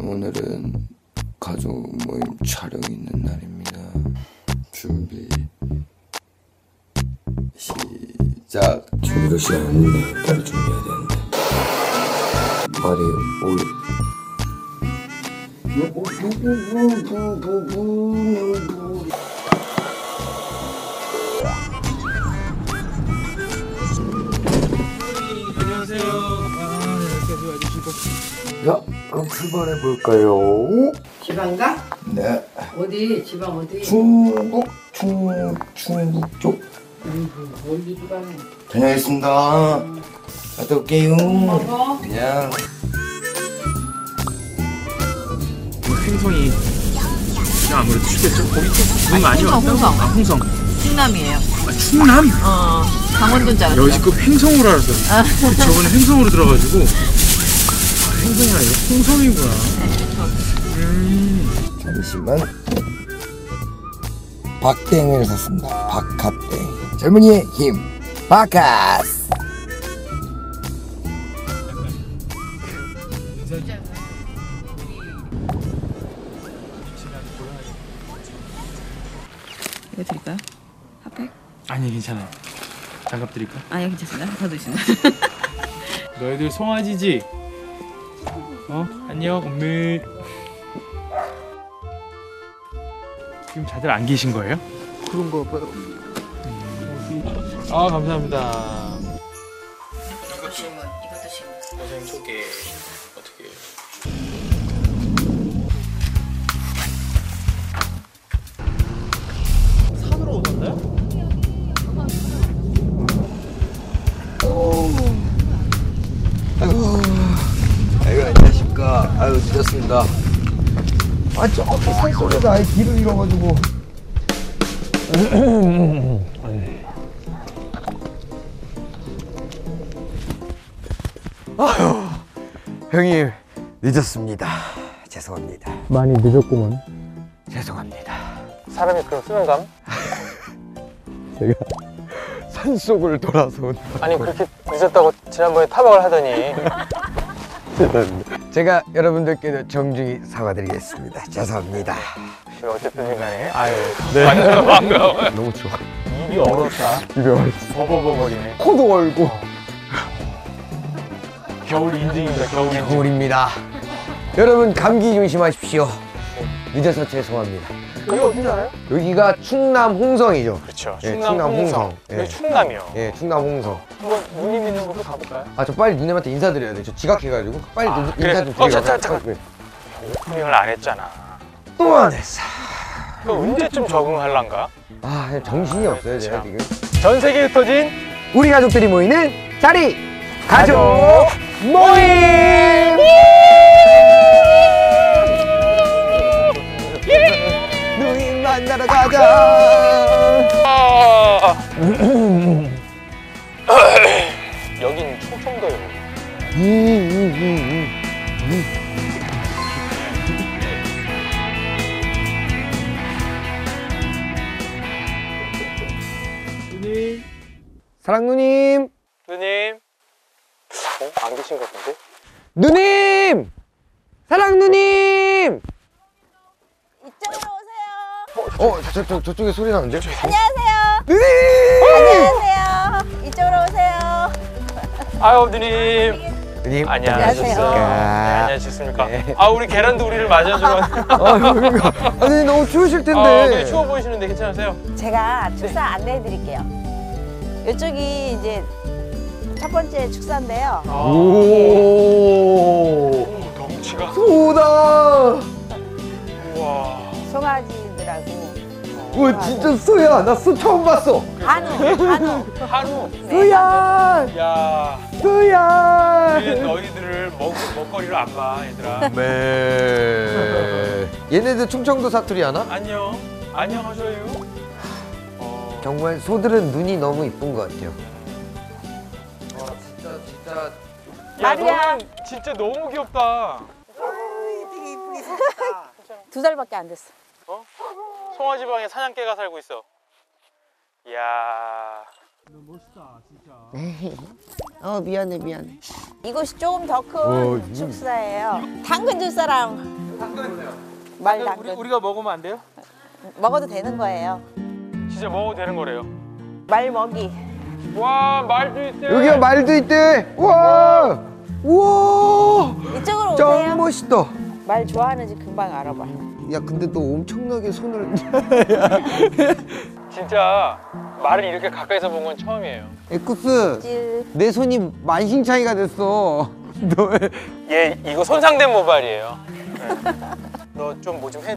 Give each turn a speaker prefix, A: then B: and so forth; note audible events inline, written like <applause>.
A: 오늘은 가족 모임 촬영이 있는 날입니다. 준비 시작. 준비가 시간 없는데 빨리 준비해야 되는데. 말이 올. 자, 그럼 출발해 볼까요?
B: 지방가?
A: 네.
B: 어디 지방 어디?
A: 중국 중 중국 쪽
B: 아이고, 멀리 지방
A: 다녀오겠습니다. 갔다 올게요.
B: 먹어.
A: 그냥
C: 횡성이 그냥 아무래도 춥겠죠? 거기 좀 그런 거 아니야?
D: 홍성, 홍성.
C: 아 홍성
D: 충남이에요.
C: 아 충남?
D: 어, 강원도인 줄 알았어요.
C: 여지껏 횡성으로 알았어
D: 아.
C: 저번에 횡성으로 <laughs> 들어가지고 아 횡성이 아니라 홍성이구나 음
A: 잠시만. 박땡을 샀습니다. 박하땡. 젊은이의 힘. 박하스.
D: 이거 드릴까요? 핫팩?
C: 아니 괜찮아요 장갑 드릴까?
D: 아니요, 예, 괜찮습니다. 더 드시면.
C: <laughs> 너희들 송아지지? 어? 안녕 엄밀 지금 다들 안 계신 거예요? 그런 거 봐요 아 감사합니다
D: 이것도 질문, 이것도 질문.
C: 선생님 소개 어떻게 산으로 오던데요?
A: 아이고. 아이고, 안녕하십니까. 아유, 늦었습니다. 아, 저기 산속에서 아예 길을 잃어가지고. 아휴, 형님, 늦었습니다. 죄송합니다.
C: 많이 늦었구먼
A: 죄송합니다.
C: 사람이 그런 수면감?
A: <laughs> 제가 산속을 돌아서 온
C: 아니 그렇게 늦었다고 지난번에 타박을 하더니
A: <laughs> 죄송합니다. 제가 여러분들께 정중히 사과드리겠습니다. 죄송합니다.
C: 어쨌든 간에 아유
A: 너무 추워.
C: 입이 얼었다
A: 입에 얼었어.
C: 버버버거리네
A: 코도 얼고.
C: 겨울 인증입니다 겨울 인증
A: 겨울입니다. 여러분 감기 조심하십시오. 늦어서 죄송합니다.
C: 여기 어디나요?
A: 여기가 충남 홍성이죠.
C: 그렇죠
A: 예,
C: 충남
A: 충남
C: 홍성
A: 홍성.
C: 여기
A: 예.
C: 충남이요
A: 예, 충남 홍성.
C: 음, 한번 누님 있는 곳으로 가볼까요?
A: 아, 저 빨리 누님한테 인사드려야 돼. 저 지각해가지고 빨리
C: 아,
A: 누-
C: 그래.
A: 인사 좀
C: 어,
A: 드리려고.
C: 잠깐, 잠깐.
A: 네.
C: 오프닝을 안 했잖아
A: 또 안했어.
C: 그 언제쯤 적응할란가?
A: 아, 그냥 정신이 없어요, 제가
C: 참.
A: 지금.
C: 전 세계 흩어진
A: 우리 가족들이 모이는 자리 가족 모임.
C: 예!
A: 누님 만나러
C: 아,
A: 가자.
C: 여긴 초청도요
A: 음, 음, 음, 음.
C: 누님
A: 사랑 누님.
C: 누님 어? 안 계신 것 같은데?
A: 누님! 사랑 누님!
E: 이쪽으로 오세요.
A: 어, 저, 저, 저쪽에 소리 나는데?
E: 안녕하세요.
A: 누님!
E: 안녕하세요. 이쪽으로 오세요.
C: 아유 누님 네,
A: 누님.
E: 안녕하세요.
C: 안녕하셨어요? 안녕하셨습니까? 아 우리 계란도 우리를 맞이해주고 왔-
A: 아유, 네. 그러니까. 아니, 너무 추우실 텐데.
C: 아,
E: 네,
C: 되게 추워 보이시는데 괜찮으세요?
E: 제가
D: 네.
E: 축사 안내해 드릴게요. 이쪽이 이제 첫 번째 축사인데요.
A: 오.
C: 오, 덩치가
A: 소다!
C: 아, 우와
E: 송아지들하고
A: 와, 진짜 소야. 나 소 처음 봤어.
D: 그렇죠.
E: 한우, 한우.
C: 하루
A: 소야!
C: 야
A: 소야!
C: 우리 너희들을 먹, 먹거리로 안봐 얘들아
A: 네. 얘네들 충청도 사투리 하나?
C: 안녕 안녕하셔요 어,
A: 정말 소들은 눈이 너무 이쁜 것 같아요. 와, 아, 진짜, 진짜.
C: 야
E: 마리아.
C: 너는 진짜 너무 귀엽다
E: 두 살밖에 안 됐어.
C: 송아지방에 사냥개가 살고 있어 이야
F: 어 미안해 미안해
E: 이곳이 조금 더 큰 축사예요. 당근 줄 사람 말도
C: 그러니까 우리, 우리가 먹으면 안 돼요?
E: 먹어도 되는 거예요.
C: 진짜 먹어도 되는 거래요.
E: 말 먹이.
C: 와 말도 있어요.
A: 여기요 말도 있대. 우와. 우와.
E: 이쪽으로
A: 짱
E: 오세요.
A: 멋있다.
E: 말 좋아하는지 금방 알아봐.
A: 야 근데 너 엄청나게 손을. <laughs>
C: 진짜 말을 이렇게 가까이서 본 건 처음이에요.
A: 에쿠스
E: 찔.
A: 내 손이 만신창이가 됐어. <laughs> 너 왜?
C: 얘 이거 손상된 모발이에요. 네. 너 좀 뭐 좀 해.